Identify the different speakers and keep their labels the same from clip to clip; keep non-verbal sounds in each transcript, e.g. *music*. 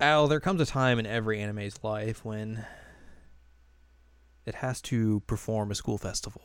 Speaker 1: Al, there comes a time in every anime's life when it has to perform a school festival.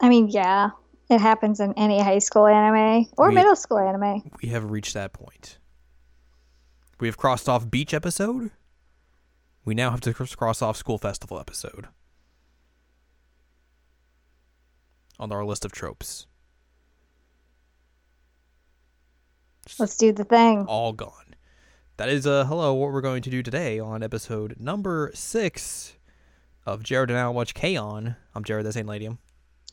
Speaker 2: I mean, yeah, it happens in any high school anime or
Speaker 1: We-
Speaker 2: middle school anime.
Speaker 1: We have reached that point. We have crossed off beach episode. We now have to cr- cross off school festival episode on our list of tropes.
Speaker 2: Let's do the thing.
Speaker 1: all gone. That is uh, hello. What we're going to do today on episode number six of Jared and Al watch K-On! I'm Jared, that's Ain't Ladium,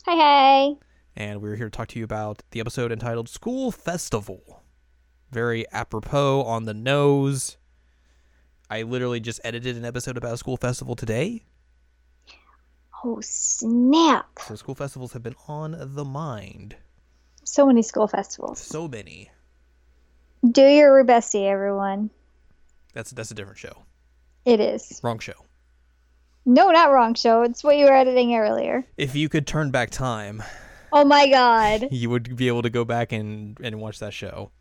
Speaker 2: Hey, hey.
Speaker 1: and we're here to talk to you about the episode entitled "School Festival." Very apropos on the nose. I literally just edited an episode about a school festival today,
Speaker 2: Oh, snap.
Speaker 1: so school festivals have been on the mind.
Speaker 2: So many school festivals.
Speaker 1: So many.
Speaker 2: Do your rubesti, everyone.
Speaker 1: That's that's a different show.
Speaker 2: It is.
Speaker 1: Wrong show.
Speaker 2: No, not wrong show. It's what you were editing earlier.
Speaker 1: If you could turn back time,
Speaker 2: Oh my
Speaker 1: *laughs*
Speaker 2: god.
Speaker 1: you would be able to go back and and watch that show.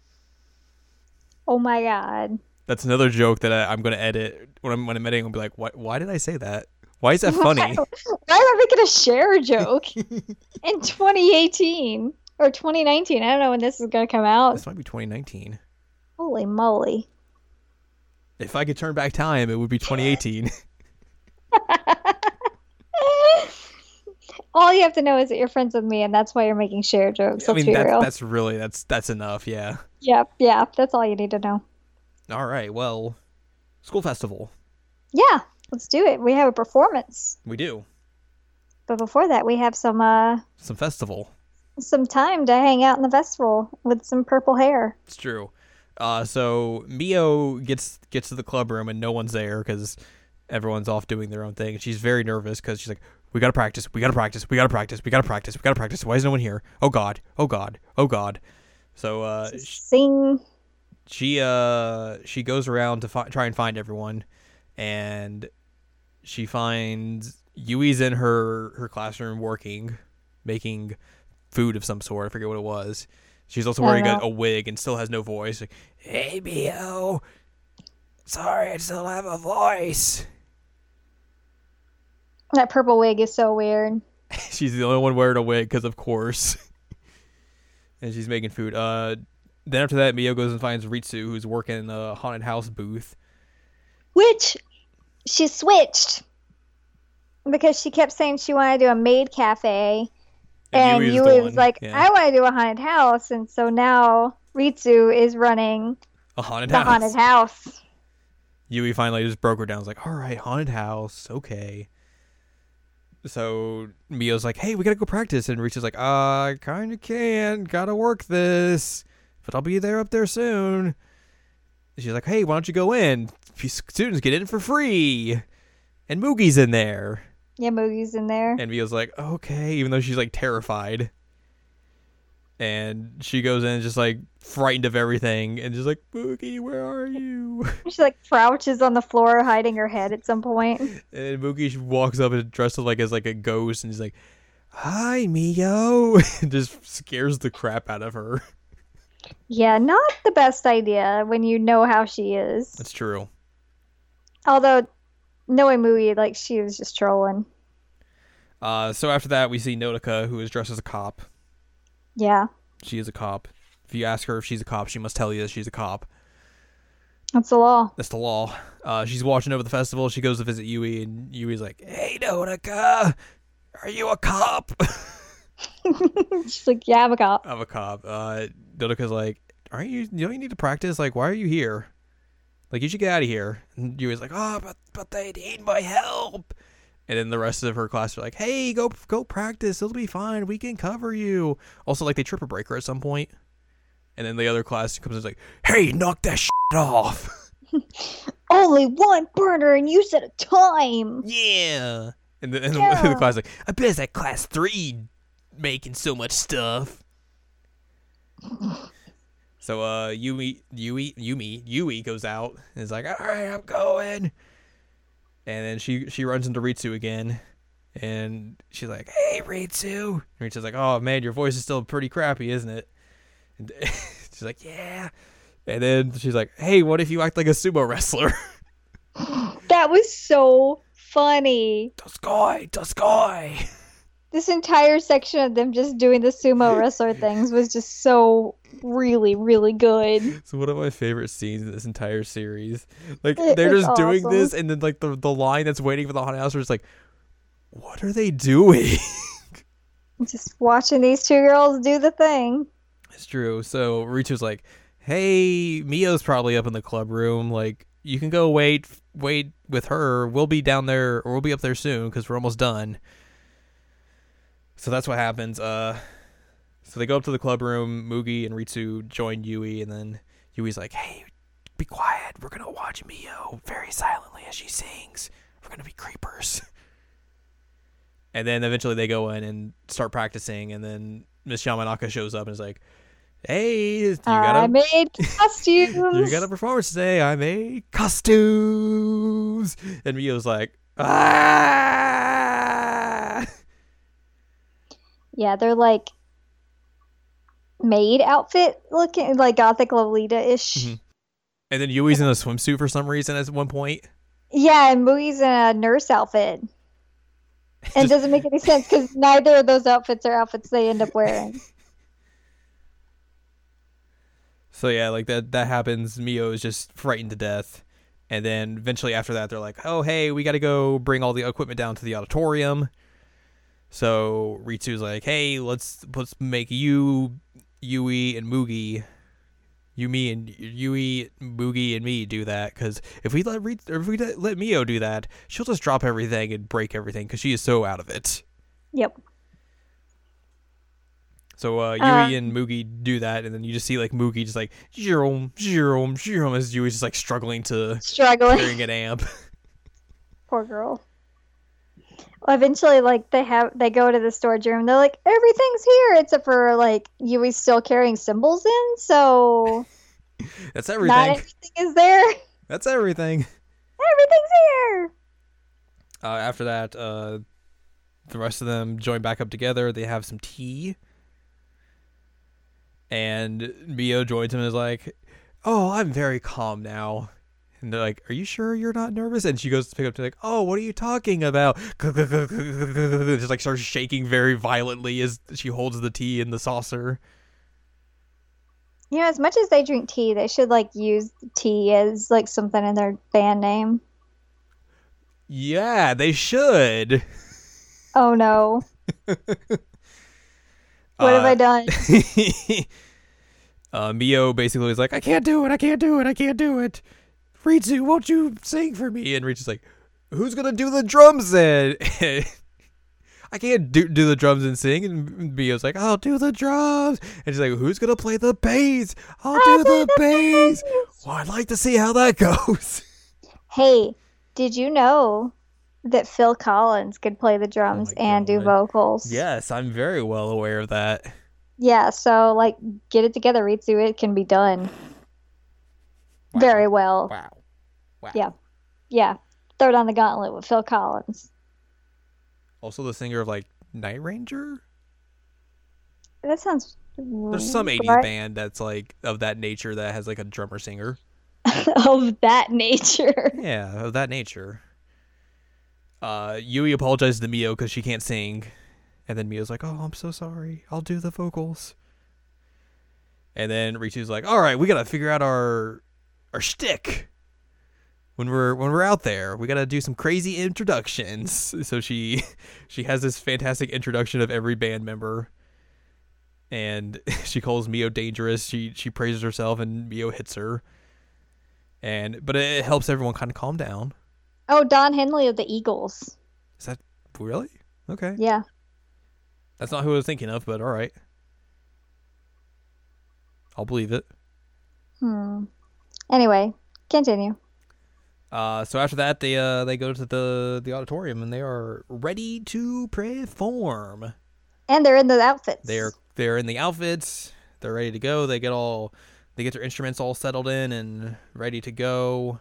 Speaker 2: Oh my god.
Speaker 1: That's another joke that I, I'm going to edit when I'm when I'm editing. I'll be like, why, why did I say that? Why is that funny?
Speaker 2: Why am I making a share joke in 2018 or 2019? I don't know when this is going to come out.
Speaker 1: this might be 2019.
Speaker 2: Holy moly.
Speaker 1: If I could turn back time, it would be 2018.
Speaker 2: *laughs* All you have to know is that you're friends with me, and that's why you're making share jokes.
Speaker 1: I
Speaker 2: Let's
Speaker 1: mean,
Speaker 2: be
Speaker 1: that's
Speaker 2: real.
Speaker 1: that's really that's that's enough. Yeah.
Speaker 2: Yep, yeah, that's all you need to know.
Speaker 1: All right. Well, school festival.
Speaker 2: Yeah, let's do it. We have a performance,
Speaker 1: We do
Speaker 2: but before that, we have some uh
Speaker 1: some festival.
Speaker 2: some time to hang out in the festival with some purple hair.
Speaker 1: It's true. Uh, so Mio gets gets to the club room and no one's there because everyone's off doing their own thing. She's very nervous because she's like, "We gotta practice. We gotta practice. We gotta practice. We gotta practice. We gotta practice. Why is no one here? Oh God. Oh God. Oh God." So uh,
Speaker 2: Just Sing.
Speaker 1: she uh she goes around to fi- try and find everyone and she finds Yui's in her her classroom working making food of some sort I forget what it was she's also
Speaker 2: I
Speaker 1: wearing a,
Speaker 2: know.
Speaker 1: a wig and still has no voice like hey Mio sorry I still have a voice *laughs*
Speaker 2: That purple wig is so weird.
Speaker 1: she's the only one wearing a wig because of course *laughs* and she's making food uh then after that Mio goes and finds Ritsu who's working a haunted house booth
Speaker 2: Which she switched because she kept saying she wanted to do a maid cafe, and,
Speaker 1: Yui is the
Speaker 2: Yui
Speaker 1: one,
Speaker 2: was like,
Speaker 1: yeah.
Speaker 2: "I want to do a haunted house," and so now Ritsu is running
Speaker 1: A haunted
Speaker 2: the
Speaker 1: house.
Speaker 2: haunted house.
Speaker 1: Yui finally just broke her down. Was like, all right, haunted house, okay. So Mio's like, hey, we gotta go practice, and Rita's like, uh, I kind of can, gotta work this, but I'll be there up there soon. She's like, hey, why don't you go in? Few Students get in for free, and Moogie's in there.
Speaker 2: Yeah, Moogie's in there.
Speaker 1: And Mio's like, okay, even though she's like terrified. And she goes in just like frightened of everything, and just like, Moogie, where are you?
Speaker 2: She like crouches on the floor, hiding her head at some point.
Speaker 1: And Mookie walks up and dressed up like as like a ghost, and he's like, "Hi, Mio," *laughs* and just scares the crap out of her.
Speaker 2: Yeah, not the best idea when you know how she is.
Speaker 1: That's true.
Speaker 2: Although, knowing Moogie, like she was just trolling.
Speaker 1: Uh, so after that, we see Notica, who is dressed as a cop.
Speaker 2: Yeah,
Speaker 1: She is a cop. If you ask her if she's a cop, she must tell you that she's a cop.
Speaker 2: that's the law. *laughs*
Speaker 1: That's the law. Uh, she's watching over the festival. She goes to visit Yui, and Yui's like, "Hey, Notica, are you a cop?" *laughs*
Speaker 2: She's like, yeah, I'm a cop.
Speaker 1: I'm a cop. Uh, Dodoka's like, aren't you? Don't you need to practice? Like, why are you here? Like, you should get out of here. And Yui's like, oh, but but they need my help. And then the rest of her class are like, hey, go go practice. It'll be fine. We can cover you. Also, like, they trip a breaker at some point. And then the other class comes in and is like, hey, knock that *laughs* shit off.
Speaker 2: Only one burner, and you set a time.
Speaker 1: yeah. And then and the, *laughs*
Speaker 2: Yeah.
Speaker 1: the class is like, I bet it's that class three making so much stuff. So uh Yumi Yui Yumi Yui goes out and is like, Alright, I'm going And then she she runs into Ritsu again and she's like, Hey Ritsu And *laughs* Ritsu's like, Oh man, your voice is still pretty crappy, isn't it? And she's like, Yeah And then she's like, "Hey, what if you act like a sumo wrestler?" *laughs*
Speaker 2: That was so funny.
Speaker 1: Das guy, das guy.
Speaker 2: This entire section of them just doing the sumo wrestler things was just so really, really good.
Speaker 1: It's one of my favorite scenes in this entire series. Like
Speaker 2: It
Speaker 1: they're
Speaker 2: is
Speaker 1: just doing
Speaker 2: awesome.
Speaker 1: this, and then like the the line that's waiting for the hot house is like, "What are they doing?" *laughs*
Speaker 2: Just watching these two girls do the thing.
Speaker 1: It's true. So Richu's like, "Hey, Mio's probably up in the club room. Like, you can go wait, wait with her. We'll be down there, or we'll be up there soon because we're almost done." So that's what happens. Uh, so they go up to the club room. Mugi and Ritsu join Yui, and then Yui's like, "Hey, be quiet. We're gonna watch Mio very silently as she sings. We're gonna be creepers." *laughs* and then eventually they go in and start practicing, and then Miss Yamanaka shows up and is like, "Hey, you gotta *laughs*
Speaker 2: I made costumes.
Speaker 1: you got a performance today. I made costumes. And Mio's like, ah.
Speaker 2: Yeah, they're like maid outfit looking, like gothic Lolita ish.
Speaker 1: Mhm. And then Yui's in a swimsuit for some reason at one point.
Speaker 2: Yeah, and Mui's in a nurse
Speaker 1: *laughs*
Speaker 2: outfit. And
Speaker 1: Just-
Speaker 2: it doesn't make any sense because neither of those outfits are outfits they end up
Speaker 1: *laughs*
Speaker 2: wearing.
Speaker 1: So yeah, like that that happens. Mio is just frightened to death. And then eventually after that, they're like, "Oh hey, we got to go bring all the equipment down to the auditorium." So Ritsu's like, "Hey, let's let's make you, Yui, and Mugi, Yumi and Yui, Mugi, and me do that. Because if we let Rit- or if we let let Mio do that, she'll just drop everything and break everything because she is so out of it."
Speaker 2: Yep.
Speaker 1: So uh, Yui
Speaker 2: Uh.
Speaker 1: and Mugi do that, and then you just see like Mugi just like Jerome, Jerome, Jerome, as Yui's just like struggling
Speaker 2: *laughs*
Speaker 1: to
Speaker 2: Struggling.
Speaker 1: carrying an amp. *laughs*
Speaker 2: Poor girl. Well, eventually, like they have, they go to the storage room. They're like, everything's here except for like Yui's still carrying symbols in, so
Speaker 1: That's *laughs*
Speaker 2: not
Speaker 1: everything.
Speaker 2: everything is there. *laughs*
Speaker 1: That's everything.
Speaker 2: Everything's here.
Speaker 1: Uh, after that, uh, the rest of them join back up together. They have some tea, and Mio joins him and is like, "Oh, I'm very calm now." And they're like, "Are you sure you're not nervous?" And she goes to pick up to like, "Oh, what are you talking about?" *laughs* Just like starts shaking very violently as she holds the tea in the saucer.
Speaker 2: You know, as much as they drink tea, they should like use tea as like something in their band name.
Speaker 1: Yeah, they should. *laughs*
Speaker 2: Oh no, what have
Speaker 1: Uh, *laughs*
Speaker 2: I done?
Speaker 1: uh, Mio basically is like, I can't do it, I can't do it, I can't do it. Ritsu, won't you sing for me? And Ritsu's like, Who's gonna do the drums then? *laughs* I can't do, do the drums and sing. And Mio's like, I'll do the drums. And she's like, Who's gonna play the bass? I'll do the bass. Well, I'd like to see how that *laughs* goes.
Speaker 2: Hey, did you know that Phil Collins could play the drums
Speaker 1: Oh my
Speaker 2: and do
Speaker 1: God.
Speaker 2: vocals?
Speaker 1: yes, I'm very well aware of that.
Speaker 2: Yeah, so like get it together, Ritsu, it can be done. Very well.
Speaker 1: Wow. Wow.
Speaker 2: Yeah. Yeah. Throw down the gauntlet with Phil Collins.
Speaker 1: Also, the singer of like Night Ranger?
Speaker 2: That sounds
Speaker 1: There's some 80s
Speaker 2: right?
Speaker 1: band that's like of that nature that has like a drummer singer.
Speaker 2: *laughs* of that nature.
Speaker 1: Yeah, of that nature. Uh, Yui apologizes to Mio because she can't sing. And then Mio's like, oh, I'm so sorry. I'll do the vocals. And then Ritsu's like, all right, we got to figure out our our shtick. When we're when we're out there, we gotta do some crazy introductions. *laughs* So she she has this fantastic introduction of every band member, and *laughs* she calls Mio dangerous. She she praises herself, and Mio hits her and but it helps everyone kind of calm down.
Speaker 2: Oh, Don Henley of the Eagles.
Speaker 1: Is that really okay?
Speaker 2: Yeah.
Speaker 1: That's not who I was thinking of, but all right, I'll believe it.
Speaker 2: Hmm. Anyway, continue.
Speaker 1: Uh, so after that, they uh, they go to the the auditorium and they are ready to perform.
Speaker 2: And they're in those outfits.
Speaker 1: They're they're in the outfits. They're ready to go. They get all they get their instruments all settled in and ready to go.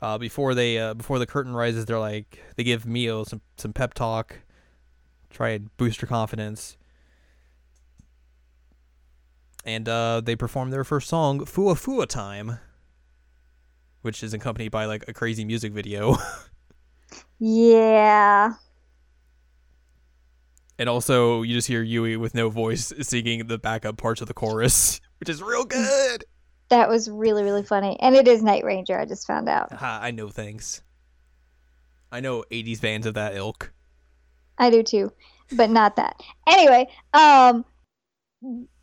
Speaker 1: Uh, before they uh, before the curtain rises, they're like they give Mio some some pep talk, try and boost her confidence. and uh, they performed their first song, "Fua Fua Time," which is accompanied by like a crazy music video, *laughs*
Speaker 2: Yeah.
Speaker 1: and also you just hear Yui with no voice singing the backup parts of the chorus, *laughs* which is real good.
Speaker 2: That was really, really funny. And it is Night Ranger, I just found out.
Speaker 1: Aha, I know things. I know '80s bands of that ilk. *laughs*
Speaker 2: I do too, but not that. Anyway, um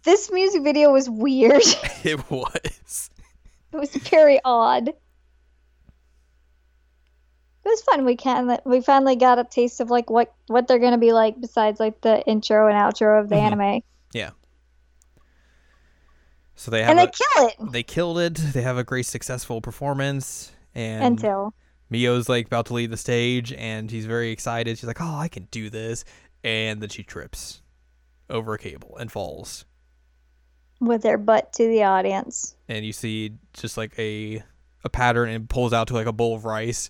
Speaker 2: this music video was weird. *laughs* it
Speaker 1: it was.
Speaker 2: was very odd. It was fun. We can we finally got a taste of like what what they're gonna be like besides like the intro and outro of the
Speaker 1: Mhm.
Speaker 2: anime,
Speaker 1: So they have
Speaker 2: and
Speaker 1: a,
Speaker 2: they kill it
Speaker 1: they killed it. They have a great successful performance, and
Speaker 2: until
Speaker 1: Mio's like about to leave the stage, and he's very excited. She's like, "Oh, I can do this," and then she trips over a cable and falls.
Speaker 2: with their butt to the audience.
Speaker 1: And you see just like a a pattern, and it pulls out to like a bowl of rice,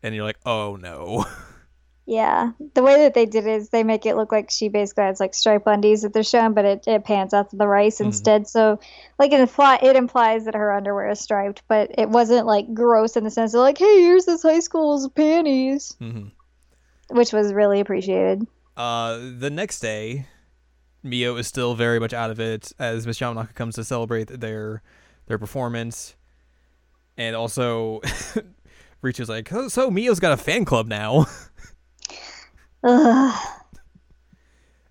Speaker 1: and you're like, "Oh no!" *laughs*
Speaker 2: Yeah, the way that they did it is they make it look like she basically has like stripe undies that they're showing, but it, it pans out to the rice
Speaker 1: Mhm.
Speaker 2: instead. So, like in the plot, it implies that her underwear is striped, but it wasn't like gross in the sense of like, hey, here's this high school's panties,
Speaker 1: hmm
Speaker 2: which was really appreciated.
Speaker 1: Uh, the next day, Mio is still very much out of it as Miss Yamanaka comes to celebrate their their performance, and also *laughs* Richu's like, "Oh, "So Mio's got a fan club now *laughs*
Speaker 2: Ugh.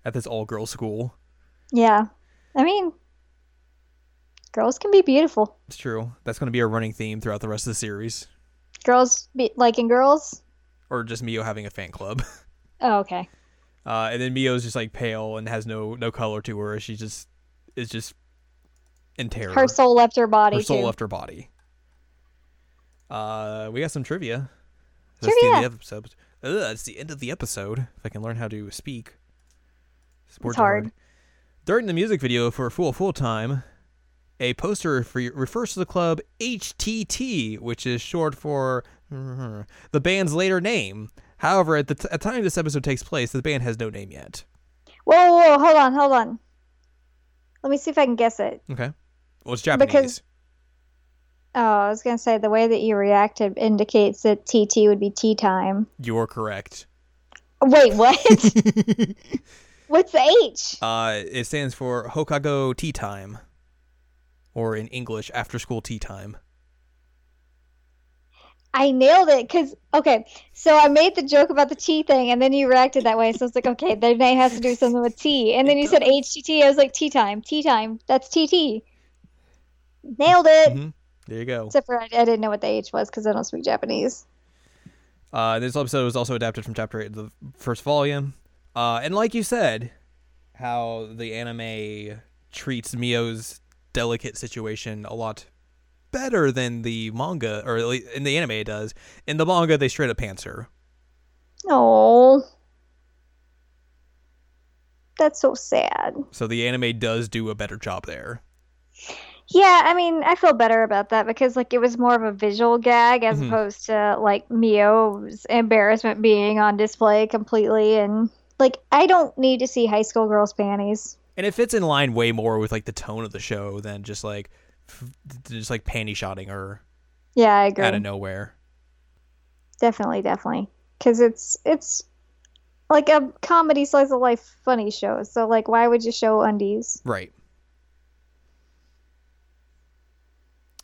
Speaker 1: at this all girl school."
Speaker 2: Yeah, I mean, girls can be beautiful.
Speaker 1: It's true. That's going to be a running theme throughout the rest of the series,
Speaker 2: Girls be liking girls.
Speaker 1: or just Mio having a fan club. *laughs*
Speaker 2: Oh, okay.
Speaker 1: Uh, and then Mio's just like pale and has no no color to her. She just is just in terror.
Speaker 2: Her soul left her body
Speaker 1: Her soul
Speaker 2: too.
Speaker 1: left her body. Uh, we got some trivia. That's the end of the episode. Ugh, that's the end of the episode. If I can learn how to speak. Sports are
Speaker 2: hard.
Speaker 1: During the music video for Fool Full Time, a poster for, refers to the club HTT, which is short for *laughs* the band's later name. However, at the t- at time this episode takes place, the band has no name yet.
Speaker 2: Whoa, whoa, whoa, hold on, hold on. Let me see if I can guess it.
Speaker 1: Okay. Well, it's Japanese.
Speaker 2: Oh, I was gonna say the way that you reacted indicates that TT would be tea time.
Speaker 1: You're correct.
Speaker 2: *laughs* Wait, what?
Speaker 1: *laughs*
Speaker 2: What's the H?
Speaker 1: Uh, it stands for Hokago Tea Time, or in English, After School Tea Time.
Speaker 2: I nailed it because okay, so I made the joke about the tea thing, and then you reacted that way, so I was like, okay, their name has to do something with tea, and then you said HTT, I was like, tea time, tea time, that's TT. Nailed it.
Speaker 1: Mhm. There you go.
Speaker 2: Except for I, I didn't know what the H was because I don't speak Japanese.
Speaker 1: Uh, this episode was also adapted from chapter eight of the first volume. Uh, and like you said, how the anime treats Mio's delicate situation a lot better than the manga, or at least in the anime it does. In the manga, they straight up pants her.
Speaker 2: Oh, that's so sad.
Speaker 1: So the anime does do a better job there.
Speaker 2: Yeah, I mean, I feel better about that because like it was more of a visual gag as
Speaker 1: Mhm.
Speaker 2: opposed to like Mio's embarrassment being on display completely and like I don't need to see high school girls panties.
Speaker 1: and it fits in line way more with like the tone of the show than just like f- just like panty shotting her
Speaker 2: Yeah, I agree.
Speaker 1: out of nowhere.
Speaker 2: Definitely, definitely. Cuz it's it's like a comedy slice of life funny show. So like why would you show undies?
Speaker 1: Right.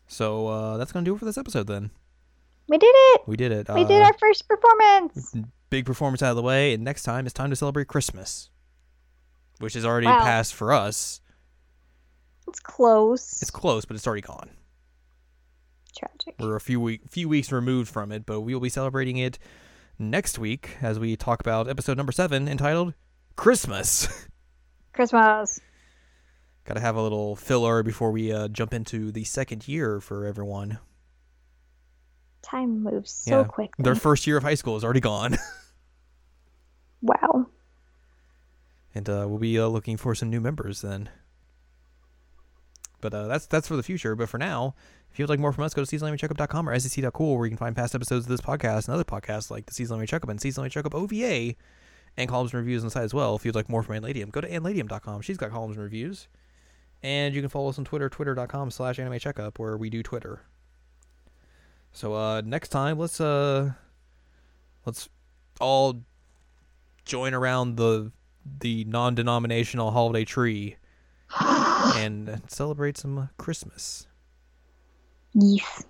Speaker 1: So uh, that's gonna do it for this episode. Then
Speaker 2: We did it.
Speaker 1: we did it.
Speaker 2: We
Speaker 1: uh, mm-hmm.
Speaker 2: did our first performance.
Speaker 1: big performance out of the way, and next time it's time to celebrate Christmas, which is already
Speaker 2: Wow.
Speaker 1: past for us.
Speaker 2: It's close.
Speaker 1: It's close, but it's already gone.
Speaker 2: tragic.
Speaker 1: We're a few week few weeks removed from it, but we will be celebrating it next week as we talk about episode number seven entitled "Christmas." *laughs*
Speaker 2: Christmas.
Speaker 1: Got to have a little filler before we uh, jump into the second year for everyone.
Speaker 2: Time moves so
Speaker 1: Yeah.
Speaker 2: quickly.
Speaker 1: Their first year of high school is already gone,
Speaker 2: Wow.
Speaker 1: and uh, we'll be uh, looking for some new members then. But uh, that's that's for the future. But for now, if you'd like more from us, go to seasonallycheckup.com or E sec.cool, where you can find past episodes of this podcast and other podcasts like the Seasonal Army Checkup and Seasonal Army Checkup OVA, and columns and reviews on the site as well. If you'd like more from Anladium, go to anladium.com. She's got columns and reviews. And you can follow us on Twitter, twitter.com slash anime checkup, where we do Twitter. So uh next time let's uh let's all join around the the non denominational holiday tree and celebrate some Christmas.
Speaker 2: Yes.